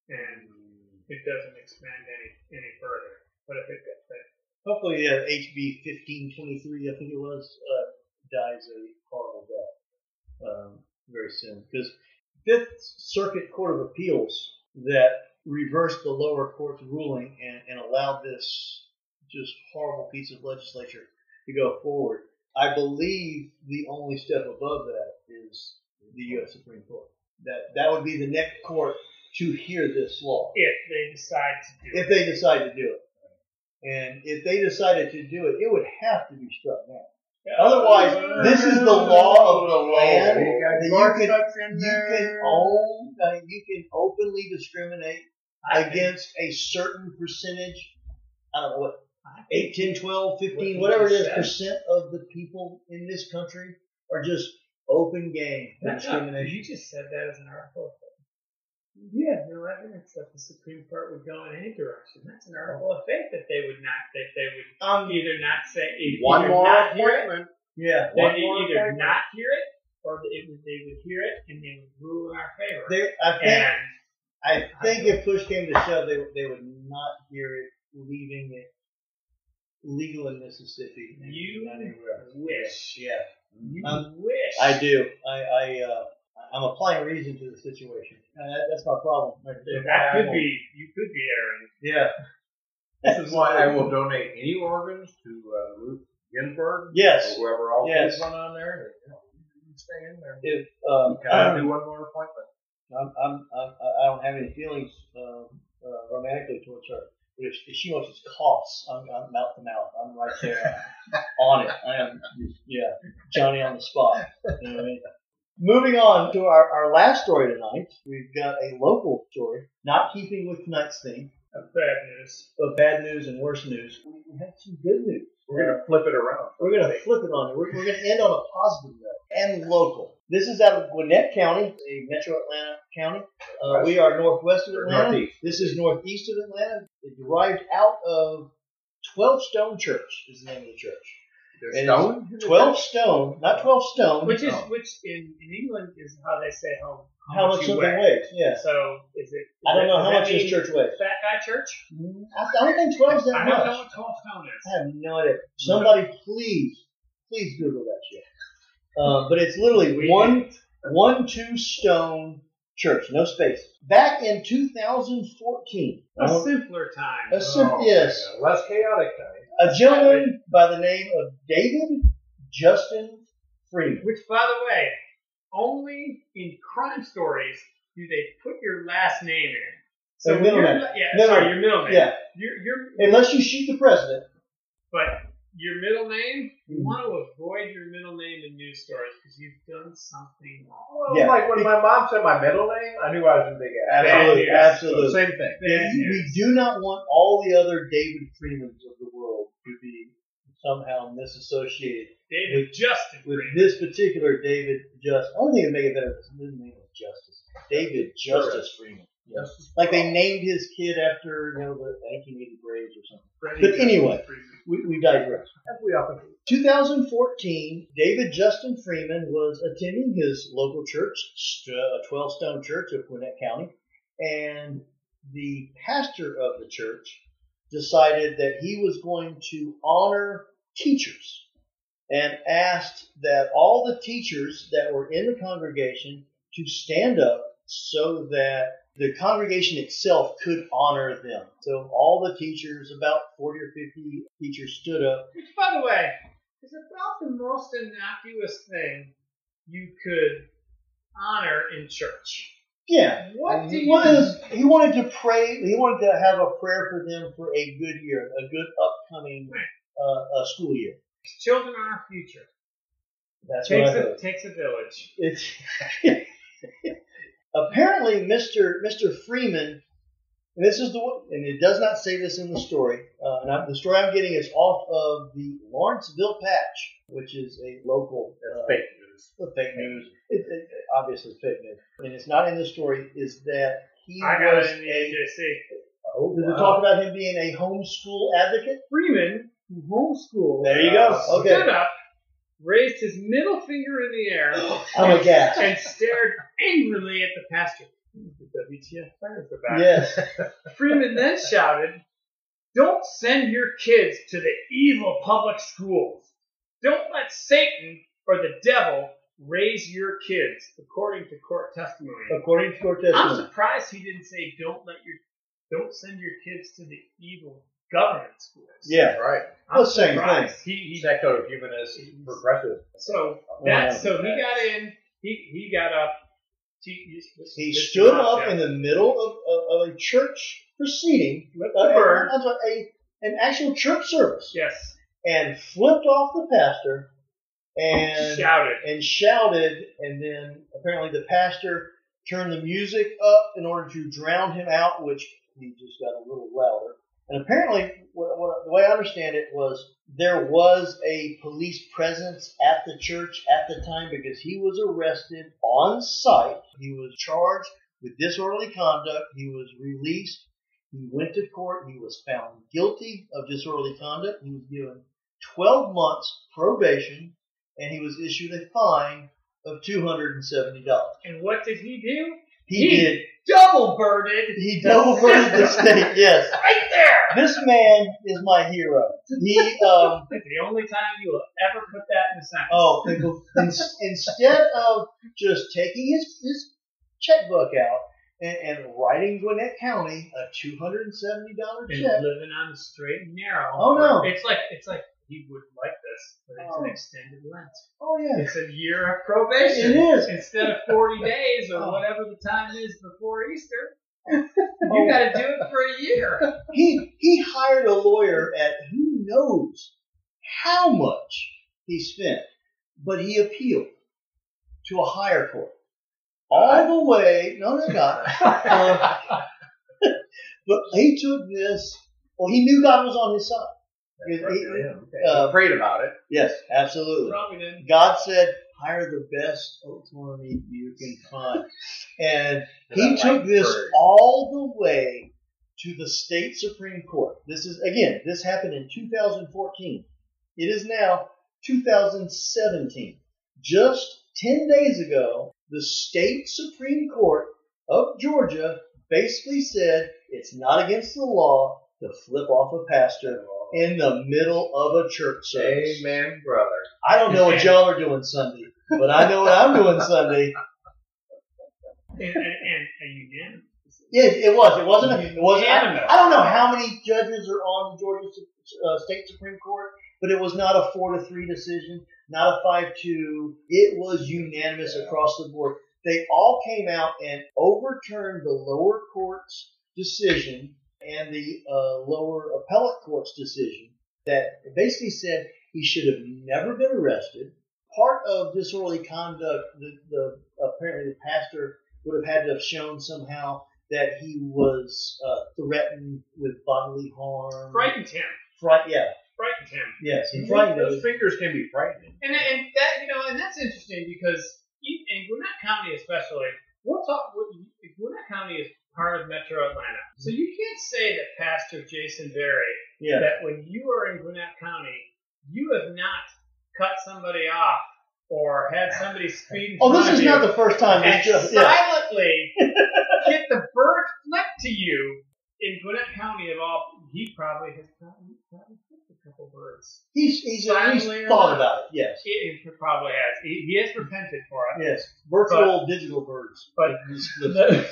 Speaker 3: and it doesn't expand any any further. But if it gets that,
Speaker 1: Hopefully, yeah, HB fifteen twenty three, I think it was, uh, dies a horrible death um, very soon because Fifth Circuit Court of Appeals that reversed the lower court's ruling and, and allowed this just horrible piece of legislature to go forward. I believe the only step above that is the U.S. Supreme Court. That that would be the next court to hear this law
Speaker 3: if they decide to do
Speaker 1: if
Speaker 3: it,
Speaker 1: they decide to do it. And if they decided to do it, it would have to be struck down. Otherwise, this is the law of the land.
Speaker 4: You got
Speaker 1: that
Speaker 4: more
Speaker 1: you can,
Speaker 4: cuts in
Speaker 1: you
Speaker 4: there.
Speaker 1: can own, uh, you can openly discriminate
Speaker 3: I think-
Speaker 1: against a certain percentage. I don't know what,
Speaker 3: I think
Speaker 1: 8, 10, 12, 15,
Speaker 3: What
Speaker 1: whatever it is,
Speaker 3: percent?
Speaker 1: percent of the people in this country are just open game for
Speaker 3: That's not-
Speaker 1: discrimination.
Speaker 3: You just said that as an article. You have no evidence that the Supreme Court would go in any direction. That's an article of faith that they would not, that they would
Speaker 1: Um,
Speaker 3: either not say, e-, either
Speaker 4: One more
Speaker 3: not hear it,
Speaker 4: appointment.
Speaker 1: yeah.
Speaker 3: they
Speaker 4: one
Speaker 3: would
Speaker 4: more
Speaker 3: either
Speaker 4: appointment.
Speaker 3: not hear it, or they would, they would hear it and they would rule in our favor.
Speaker 1: There, I think
Speaker 3: and
Speaker 1: I think if push came to shove, they they would not hear it, leaving it legal in Mississippi. and
Speaker 3: You
Speaker 1: not anywhere else.
Speaker 3: wish.
Speaker 1: Yeah,
Speaker 3: you
Speaker 1: um,
Speaker 3: wish.
Speaker 1: I do. I I uh, I'm applying reason to the situation. Uh, that, that's my problem. Right there.
Speaker 3: That could be, you could be erring.
Speaker 1: Yeah.
Speaker 4: This is why I will donate any organs to uh, Ruth Ginsburg
Speaker 1: Yes.
Speaker 4: or whoever else
Speaker 1: Yes.
Speaker 4: is one on there. You know, you stay in there.
Speaker 1: If um,
Speaker 4: Gotta do one more appointment.
Speaker 1: I'm, I'm, I'm, I don't have any feelings um, uh, romantically towards her. But if, if she wants to costs, I'm, I'm mouth to mouth. I'm right there on it. I am, just, yeah, Johnny on the spot. You know what I mean? Moving on to our, our last story tonight, we've got a local story, not keeping with tonight's theme,
Speaker 3: That's bad news.
Speaker 1: but bad news and worse news. We we have some good news.
Speaker 4: We're gonna flip it around.
Speaker 1: We're going to flip it on you. We're, we're going to end on a positive note and local. This is out of Gwinnett County, a metro Atlanta county. Uh, we are northwest of Atlanta.
Speaker 4: Northeast.
Speaker 1: This is northeast of Atlanta. It derived out of 12 Stone Church, is the name of the church.
Speaker 4: There's
Speaker 1: And
Speaker 4: stone.
Speaker 1: 12 Stone, not 12 Stone.
Speaker 3: Which is,
Speaker 4: Oh.
Speaker 3: which in, in England is how they say how,
Speaker 1: how much
Speaker 3: you
Speaker 1: something
Speaker 3: weigh.
Speaker 1: weighs. Yes.
Speaker 3: So is it?
Speaker 1: I don't
Speaker 3: is
Speaker 1: know
Speaker 3: it-
Speaker 1: how
Speaker 3: does that
Speaker 1: much this
Speaker 3: mean
Speaker 1: church weighs.
Speaker 3: Fat guy church.
Speaker 1: I I don't think 12 is that
Speaker 3: I
Speaker 1: much.
Speaker 3: don't know what twelve stone is.
Speaker 1: I have no idea. Somebody, please, please Google that shit. Uh, but it's literally
Speaker 3: We-
Speaker 1: one one two stone church, no space. Back in 2014,
Speaker 3: A
Speaker 1: a,
Speaker 3: simpler time. Oh.
Speaker 1: a sim- yes,
Speaker 4: Oh, yeah, Less chaotic time.
Speaker 1: a gentleman by the name of David Justin Freeman.
Speaker 3: Which, by the way, only in crime stories do they put your last name in. So
Speaker 1: The
Speaker 3: when you're-
Speaker 1: middleman.
Speaker 3: yeah,
Speaker 1: Middle-
Speaker 3: sorry, your middle name.
Speaker 1: Yeah,
Speaker 3: Your your
Speaker 1: unless you shoot the president.
Speaker 3: but your middle name. You
Speaker 1: Mhm.
Speaker 3: want to avoid your middle name in news stories because you've done something wrong.
Speaker 4: Well,
Speaker 1: Yeah.
Speaker 4: like when my mom said my middle name, I knew I was in big ass.
Speaker 1: Absolutely,
Speaker 3: news.
Speaker 1: absolutely.
Speaker 4: Same thing.
Speaker 3: Bad
Speaker 1: We- we
Speaker 3: news.
Speaker 1: do not want all the other David Freemans of the world to be somehow misassociated
Speaker 3: David Justin
Speaker 1: with
Speaker 3: Green.
Speaker 1: this particular David Justice. I don't think it'd make it better if his middle name was Justice. David Justice Freeman.
Speaker 4: Yes.
Speaker 1: Like they named his kid after you know the 1980 Braves or something.
Speaker 3: Freddie
Speaker 1: But
Speaker 3: Gibbs
Speaker 1: anyway.
Speaker 3: Freeman.
Speaker 1: We, we digress.
Speaker 3: As we often do.
Speaker 1: 2014, David Justin Freeman was attending his local church, st- a 12 stone church of Gwinnett County, and the pastor of the church decided that he was going to honor teachers and asked that all the teachers that were in the congregation to stand up so that the congregation itself could honor them. So all the teachers, about 40 or 50 teachers stood up
Speaker 3: Which, by the way, is about the most innocuous thing you could honor in church.
Speaker 1: Yeah.
Speaker 3: What do
Speaker 1: He
Speaker 3: you?
Speaker 1: wanted, he wanted to pray. He wanted to have a prayer for them for a good year, a good upcoming uh, uh, school year.
Speaker 3: Children are our future.
Speaker 1: That's what I
Speaker 3: Takes
Speaker 1: heard.
Speaker 3: a, takes a village.
Speaker 1: It's apparently Mr. Mr. Freeman. And this is the one- and it does not say this in the story. Uh, and I, the story I'm getting is off of the Lawrenceville Patch, which is a local uh,
Speaker 4: Fake news.
Speaker 1: the fake news. It, it, it obviously it's fake news, and it's not in the story. Is that he
Speaker 3: I got
Speaker 1: was
Speaker 3: it in the
Speaker 1: a
Speaker 3: AJC.
Speaker 4: Oh,
Speaker 1: Does
Speaker 4: wow.
Speaker 1: it talk about him being a homeschool advocate?
Speaker 3: Freeman, who homeschooled,
Speaker 1: There you go.
Speaker 3: stood
Speaker 1: Okay.
Speaker 3: up, raised his middle finger in the air,
Speaker 1: I'm aghast.
Speaker 3: and stared angrily at the pastor. The WTF fans are back.
Speaker 1: Yes.
Speaker 3: Freeman then shouted, Don't send your kids to the evil public schools. Don't let Satan or the devil raise your kids, according to court testimony.
Speaker 1: According to your
Speaker 3: I'm
Speaker 1: testimony.
Speaker 3: surprised he didn't say, Don't let your don't send your kids to the evil government schools.
Speaker 1: Yeah.
Speaker 4: Right.
Speaker 3: I'm
Speaker 1: Well, same
Speaker 3: surprised. He, he,
Speaker 4: Sector of humanist, progressive.
Speaker 3: So
Speaker 1: Oh,
Speaker 3: that's so he
Speaker 4: yeah.
Speaker 3: got in. He he got up. He,
Speaker 1: He stood up in the middle of, of, of a church proceeding,
Speaker 3: Flipped
Speaker 1: uh,
Speaker 3: the bird.
Speaker 1: I'm sorry, a, an actual church service,
Speaker 3: yes
Speaker 1: and flipped off the pastor and
Speaker 3: shouted.
Speaker 1: and shouted, and then apparently the pastor turned the music up in order to drown him out, which he just got a little louder. And apparently, what, what, the way I understand it was there was a police presence at the church at the time because he was arrested on site. He was charged with disorderly conduct. He was released. He went to court. He was found guilty of disorderly conduct. He was given 12 months probation and he was issued a fine of two hundred and seventy dollars.
Speaker 3: And what did he do?
Speaker 1: He,
Speaker 3: He-
Speaker 1: did.
Speaker 3: Double birded.
Speaker 1: He double burned the state. Yes,
Speaker 3: right there.
Speaker 1: this man is my hero. He um
Speaker 3: That's the only time you will ever put that in a sentence.
Speaker 1: oh in, instead of just taking his his checkbook out and, and writing Gwinnett County a two hundred and seventy dollar
Speaker 3: and
Speaker 1: check.
Speaker 3: living on the straight and narrow.
Speaker 1: Oh, no.
Speaker 3: It's like it's like he would like this, but it's
Speaker 1: Oh.
Speaker 3: an extended length.
Speaker 1: Oh yeah,
Speaker 3: It's a year of probation.
Speaker 1: It is.
Speaker 3: instead of forty days or
Speaker 1: Oh.
Speaker 3: whatever the time is before Easter.
Speaker 1: Oh.
Speaker 3: You got to do it for a year.
Speaker 1: he he hired a lawyer at who knows how much he spent, but he appealed to a higher court. All the way, no, no, not. Uh, but he took this. Well, he knew God was on his side. He- he-
Speaker 4: yeah, okay.
Speaker 1: uh,
Speaker 4: prayed about it.
Speaker 1: yes, absolutely.
Speaker 3: Probably didn't.
Speaker 1: God said, "Hire the best attorney you can find," and he
Speaker 4: That, like,
Speaker 1: took this
Speaker 4: bird.
Speaker 1: all the way to the state Supreme Court. This is, again, this happened in 2014. It is now 2017. Just 10 days ago, the state Supreme Court of Georgia basically said it's not against the law to flip off a pastor in the middle of a church service.
Speaker 4: Amen, brother.
Speaker 1: I don't know what y'all are doing Sunday, but I know what I'm doing Sunday.
Speaker 3: And, and, and a unanimous.
Speaker 1: Yeah, it was. It wasn't. It wasn't. I, I don't know how many judges are on the Georgia Su- uh, State Supreme Court, but it was not a four to three decision, not a five two. It was unanimous across the board. They all came out and overturned the lower court's decision and the uh, lower appellate court's decision that basically said he should have never been arrested. Part of disorderly conduct, the, the apparently the pastor would have had to have shown somehow that he was uh, threatened with bodily harm.
Speaker 3: Frightened him.
Speaker 1: Fright. Yeah.
Speaker 3: Frightened him.
Speaker 1: Yes. He frightened
Speaker 4: Those
Speaker 1: us.
Speaker 4: fingers can be frightening.
Speaker 3: And, and that you know, and that's interesting because you- in Gwinnett County especially, we'll talk. Gwinnett County is part of Metro Atlanta. So you can't say that Pastor Jason Berry,
Speaker 1: Yeah.
Speaker 3: that when you are in Gwinnett County, you have not cut somebody off or had somebody speed in
Speaker 1: Oh,
Speaker 3: front
Speaker 1: this
Speaker 3: of
Speaker 1: is
Speaker 3: you
Speaker 1: not the first time.
Speaker 3: and
Speaker 1: It's just yeah.
Speaker 3: silently get the bird flipped to you in Gwinnett County of all. He probably has probably, probably flipped a couple birds.
Speaker 1: He's he's at least
Speaker 3: Silently or
Speaker 1: thought
Speaker 3: not.
Speaker 1: about it. Yes.
Speaker 3: He, he probably has. He, he has repented for it.
Speaker 1: Yes. Virtual digital birds.
Speaker 3: But the-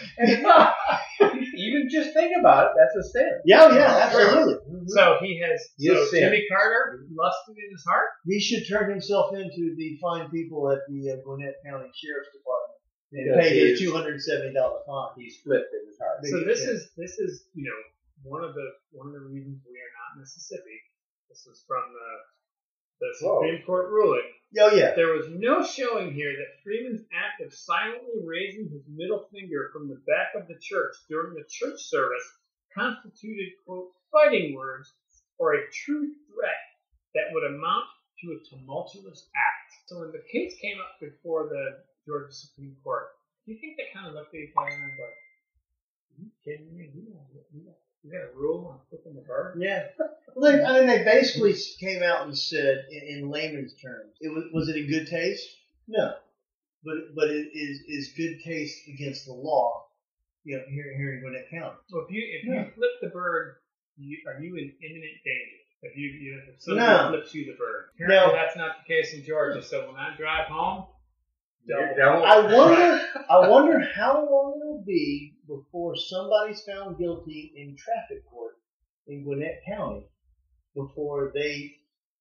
Speaker 4: Even just think about it, that's a sin.
Speaker 1: yeah, yeah, absolutely.
Speaker 3: so he has.
Speaker 4: Yes,
Speaker 3: so
Speaker 4: yeah.
Speaker 3: Jimmy Carter lusted in his heart.
Speaker 1: He should turn himself into the fine people at the uh, Gwinnett County Sheriff's Department and
Speaker 4: Because
Speaker 1: pay his
Speaker 4: he's-
Speaker 1: two hundred seventy dollar fine.
Speaker 4: He's flipped in his heart.
Speaker 3: So this
Speaker 1: Yeah.
Speaker 3: is this is you know one of the one of the reasons we are not Mississippi. This is from the the
Speaker 4: Whoa.
Speaker 3: Supreme Court ruling.
Speaker 1: Oh yeah.
Speaker 3: There was no showing here that Freeman's act of silently raising his middle finger from the back of the church during the church service constituted, quote, fighting words or a true threat that would amount to a tumultuous act. So when the case came up before the Georgia Supreme Court, do you think they kind of looked at each other and was like, Are you kidding me? We got, we got, we got a rule on flipping the bird?
Speaker 1: Yeah. Well, they, I mean, they basically came out and said, in, in layman's terms, it was, was it in good taste? No, but but it is is good taste against the law, you know, here here in Gwinnett County.
Speaker 3: So if you if
Speaker 1: Yeah.
Speaker 3: you flip the bird, you, are you in imminent danger? If you, you if somebody
Speaker 1: No.
Speaker 3: flips you the bird,
Speaker 1: No.
Speaker 3: apparently that's not the case in Georgia. So when I drive home,
Speaker 4: You're
Speaker 3: don't.
Speaker 4: double-
Speaker 1: I wonder I wonder how long it'll be before somebody's found guilty in traffic court in Gwinnett County before they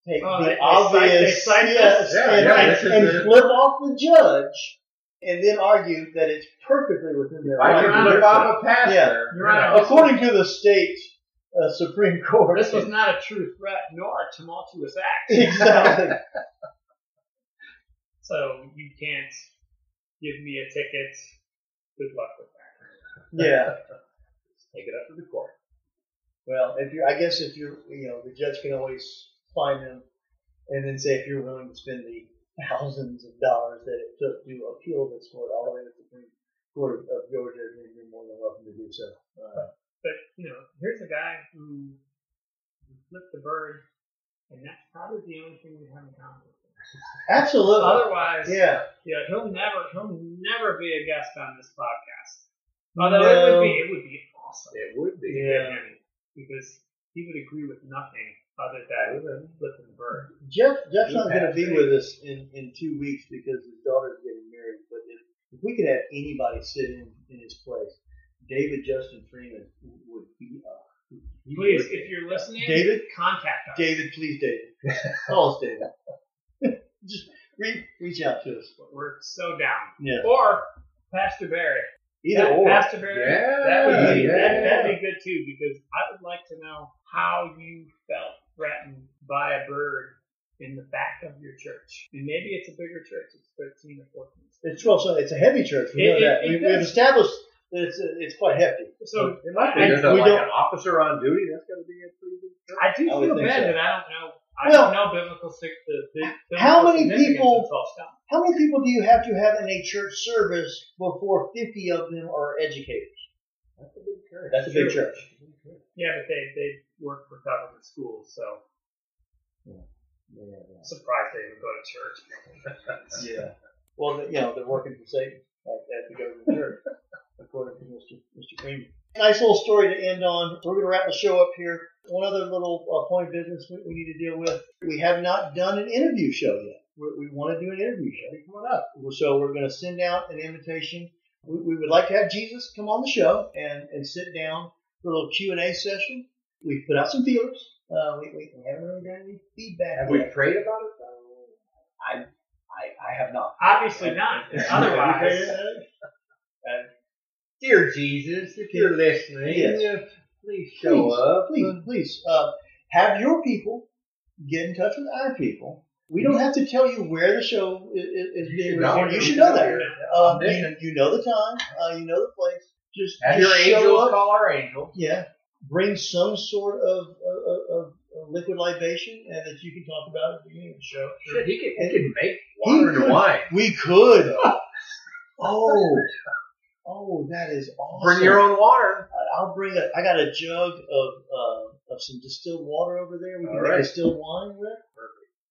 Speaker 1: take
Speaker 3: Oh, they-
Speaker 1: the
Speaker 3: they
Speaker 1: obvious
Speaker 3: cite- they cite
Speaker 1: yes,
Speaker 3: this?
Speaker 4: Yeah,
Speaker 1: and,
Speaker 4: yeah, this is
Speaker 1: and
Speaker 4: the-
Speaker 1: flip off the judge and then argue that it's perfectly within their
Speaker 4: If I
Speaker 1: right.
Speaker 4: could
Speaker 3: You're on a
Speaker 4: flip off a pastor.
Speaker 1: Yeah.
Speaker 3: You're on a-
Speaker 4: know,
Speaker 1: According to the state uh, Supreme Court,
Speaker 3: This was not a true threat nor a tumultuous act.
Speaker 1: exactly.
Speaker 3: So you can't give me a ticket. Good luck with that.
Speaker 1: Yeah.
Speaker 4: Take it up to the court.
Speaker 1: Well, if you're, I guess if you're, you know, the judge can always find them and then say if you're willing to spend the thousands of dollars that it took to appeal this court all the way to the Supreme Court of, of Georgia, then you're more than welcome to do so. Uh,
Speaker 3: But you know, here's a guy who, who flipped the bird, and that's probably the only thing we have in common. with him.
Speaker 1: absolutely.
Speaker 3: Otherwise,
Speaker 1: Yeah.
Speaker 3: Yeah, he'll never he'll never be a guest on this podcast. Although it would be it would be awesome
Speaker 4: It would
Speaker 3: to
Speaker 4: be.
Speaker 3: get
Speaker 1: Yeah.
Speaker 3: him because he would agree with nothing other than flipping the bird.
Speaker 1: Jeff, Jeff's not
Speaker 4: Yeah.
Speaker 1: going to be with us in, in two weeks because his daughter's getting married. But if, if we could have anybody sit in, in his place, David Justin Freeman would be up. He
Speaker 3: Please,
Speaker 1: would be.
Speaker 3: if you're listening,
Speaker 1: David?
Speaker 3: contact us.
Speaker 1: David, please, David. Call us, David. Just re- reach out to us.
Speaker 3: We're so down.
Speaker 1: Yeah.
Speaker 3: Or Pastor Barry.
Speaker 1: Either
Speaker 3: Pa-
Speaker 1: or.
Speaker 3: Pastor Barry.
Speaker 4: Yeah.
Speaker 3: That would be
Speaker 4: yeah.
Speaker 3: that, that'd be good too because I would like to know how you felt threatened by a bird in the back of your church. And maybe it's a bigger church. It's 13 or 14.
Speaker 1: It's well, so it's a heavy church. We know
Speaker 3: It- it-
Speaker 1: that.
Speaker 3: it
Speaker 1: we, we've
Speaker 3: does.
Speaker 1: established that it's, it's quite hefty.
Speaker 3: So
Speaker 4: it might be.
Speaker 3: I-
Speaker 4: There's a,
Speaker 1: we
Speaker 4: like
Speaker 1: don't-
Speaker 4: an officer on duty. That's going to be a pretty big job.
Speaker 3: I do
Speaker 1: I would
Speaker 3: feel
Speaker 1: think
Speaker 3: bad
Speaker 1: so.
Speaker 3: that I don't know. I
Speaker 1: Well,
Speaker 3: don't know biblical sig- the, the biblical
Speaker 1: how many
Speaker 3: significance
Speaker 1: people-
Speaker 3: of tall stuff.
Speaker 1: How many people do you have to have in a church service before 50 of them are educators?
Speaker 4: That's a big church.
Speaker 1: That's a big church.
Speaker 3: Yeah, but they they work for government schools, so surprised they even go to church.
Speaker 1: Yeah. Well, you know, they're working for Satan at, at the government church, according to Mr. Mr. Freeman. Nice little story to end on. We're going to wrap the show up here. One other little uh, point of business we, we need to deal with. We have not done an interview show yet. We, we want to do an interview show coming up. So we're going to send out an invitation. We, we would like to have Jesus come on the show and, and sit down for a little Q&A session. We put out some feelers. Uh, we, we haven't really gotten any feedback.
Speaker 4: Have we
Speaker 1: yet.
Speaker 4: prayed about it though?
Speaker 1: I, I have not.
Speaker 3: Obviously not. 'cause Otherwise,
Speaker 4: Dear Jesus, if you're listening,
Speaker 1: Yes.
Speaker 4: uh, please show
Speaker 1: please,
Speaker 4: up.
Speaker 1: please, please, uh, have your people get in touch with our people. We don't have to tell you where the show is, is
Speaker 4: You
Speaker 1: being
Speaker 4: should know.
Speaker 1: recorded. You should know that. Um, you,
Speaker 4: Mission.
Speaker 1: you know the time. Uh, you know the place. Just,
Speaker 4: Have
Speaker 1: just
Speaker 4: your
Speaker 1: show
Speaker 4: angels
Speaker 1: up.
Speaker 4: call our angels.
Speaker 1: Yeah. Bring some sort of, of, of, of liquid libation and that you can talk about at the beginning of the show.
Speaker 4: Shit, he could, he could make water into
Speaker 1: could.
Speaker 4: wine.
Speaker 1: We could. oh. Oh, that is awesome.
Speaker 4: Bring your own water.
Speaker 1: I- I'll bring a. I got a jug of uh, of some distilled water over there. We can
Speaker 4: All
Speaker 1: make
Speaker 4: right.
Speaker 1: distilled wine with.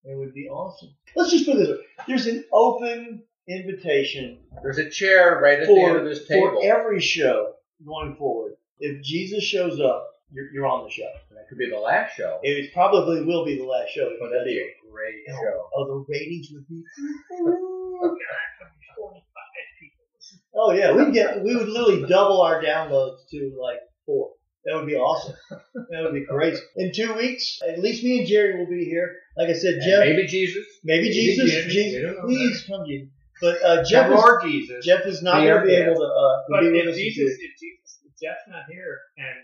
Speaker 1: It would be awesome. Let's just put it this way. There's an open invitation
Speaker 4: There's a chair right at the end
Speaker 1: for,
Speaker 4: of
Speaker 1: for
Speaker 4: this table.
Speaker 1: every show going forward. If Jesus shows up, you're, you're on the show.
Speaker 4: that could be the last show.
Speaker 1: It probably will be the last show. if
Speaker 4: But
Speaker 1: he does
Speaker 4: that'd be
Speaker 1: it.
Speaker 4: a great
Speaker 1: Oh,
Speaker 4: show.
Speaker 1: Oh, the ratings would be. oh yeah, we get we would literally double our downloads to like four. That would be awesome. That would be crazy. In two weeks, at least me and Jerry will be here. Like I said,
Speaker 4: And
Speaker 1: Jeff, maybe,
Speaker 4: maybe Jesus.
Speaker 1: Jesus,
Speaker 4: Jimmy,
Speaker 1: Jesus,
Speaker 4: we don't know
Speaker 1: please come, Jesus. But uh,
Speaker 4: that.
Speaker 1: Jeff,
Speaker 4: The
Speaker 1: is,
Speaker 4: Lord Jesus.
Speaker 1: Jeff is not
Speaker 4: Be
Speaker 1: going to be
Speaker 4: our
Speaker 1: able to, uh,
Speaker 3: But
Speaker 1: to be with
Speaker 3: if
Speaker 1: us.
Speaker 3: Jesus,
Speaker 1: Jesus,
Speaker 3: if Jesus, if Jeff's not here and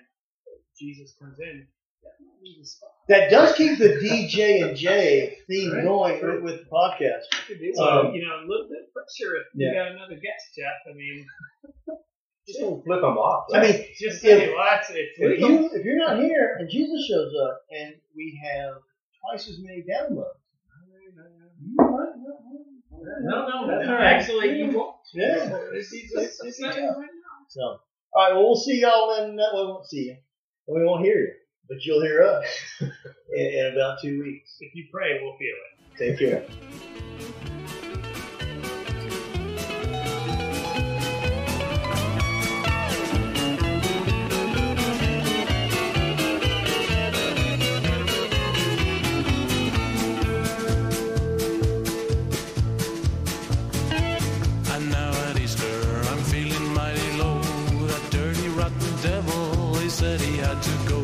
Speaker 3: Jesus comes in, that might be the spot.
Speaker 1: that does keep the DJ and J theme
Speaker 4: Right.
Speaker 1: going with, with the podcast.
Speaker 3: So,
Speaker 1: Um,
Speaker 3: you know, a little bit of pressure if
Speaker 1: Yeah.
Speaker 3: you got another guest, Jeff. I mean,
Speaker 4: Just don't flip them off.
Speaker 1: I mean,
Speaker 3: just
Speaker 1: If-
Speaker 3: say, well, that's it's
Speaker 1: If
Speaker 3: legal.
Speaker 1: you if you're not here and Jesus shows up and we have twice as many downloads,
Speaker 3: no, no,
Speaker 1: That's all
Speaker 3: no.
Speaker 1: right.
Speaker 3: Actually, you won't.
Speaker 1: yeah.
Speaker 3: It's, it's, it's, it's not even right now.
Speaker 1: So, all right. Well, we'll see y'all in. Uh, we won't see you, and we won't hear you, but you'll hear us in, in about two weeks.
Speaker 3: If you pray, we'll feel it.
Speaker 1: Take care.
Speaker 2: And now at Easter, I'm feeling mighty low. That dirty, rotten devil, he said he had to go.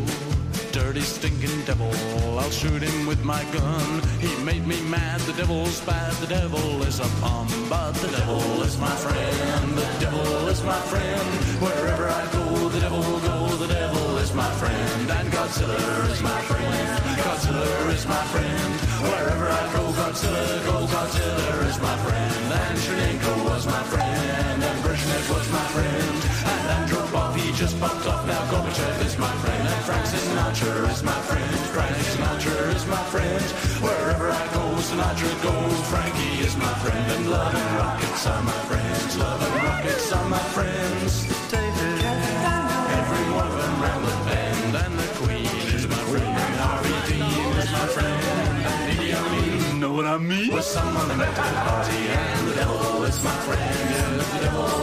Speaker 2: Dirty, stinking devil, I'll shoot him with my gun. He made me mad, the devil's bad, the devil is a bum. But the devil is my friend, the devil is my friend. Wherever I go, the devil will go, the devil is my friend. And Godzilla is my friend, Godzilla is my friend. Wherever I go, Godzilla, go, Godzilla is my friend. And Shrenko was my friend, and Brezhnev was my friend. And Andropov, he just popped off, now Gorbachev is my friend. And Frank Sinatra is my friend, Frank Sinatra is my friend. Wherever I go, Sinatra goes, Frankie is my friend. And love and rockets are my friends, love and rockets are my friends. David, every one of them round the bend. And the Queen is my friend, and Harvey Dean is my friend. And Idi Amin, know what I mean? Was someone at the party, and the devil is my friend, and the devil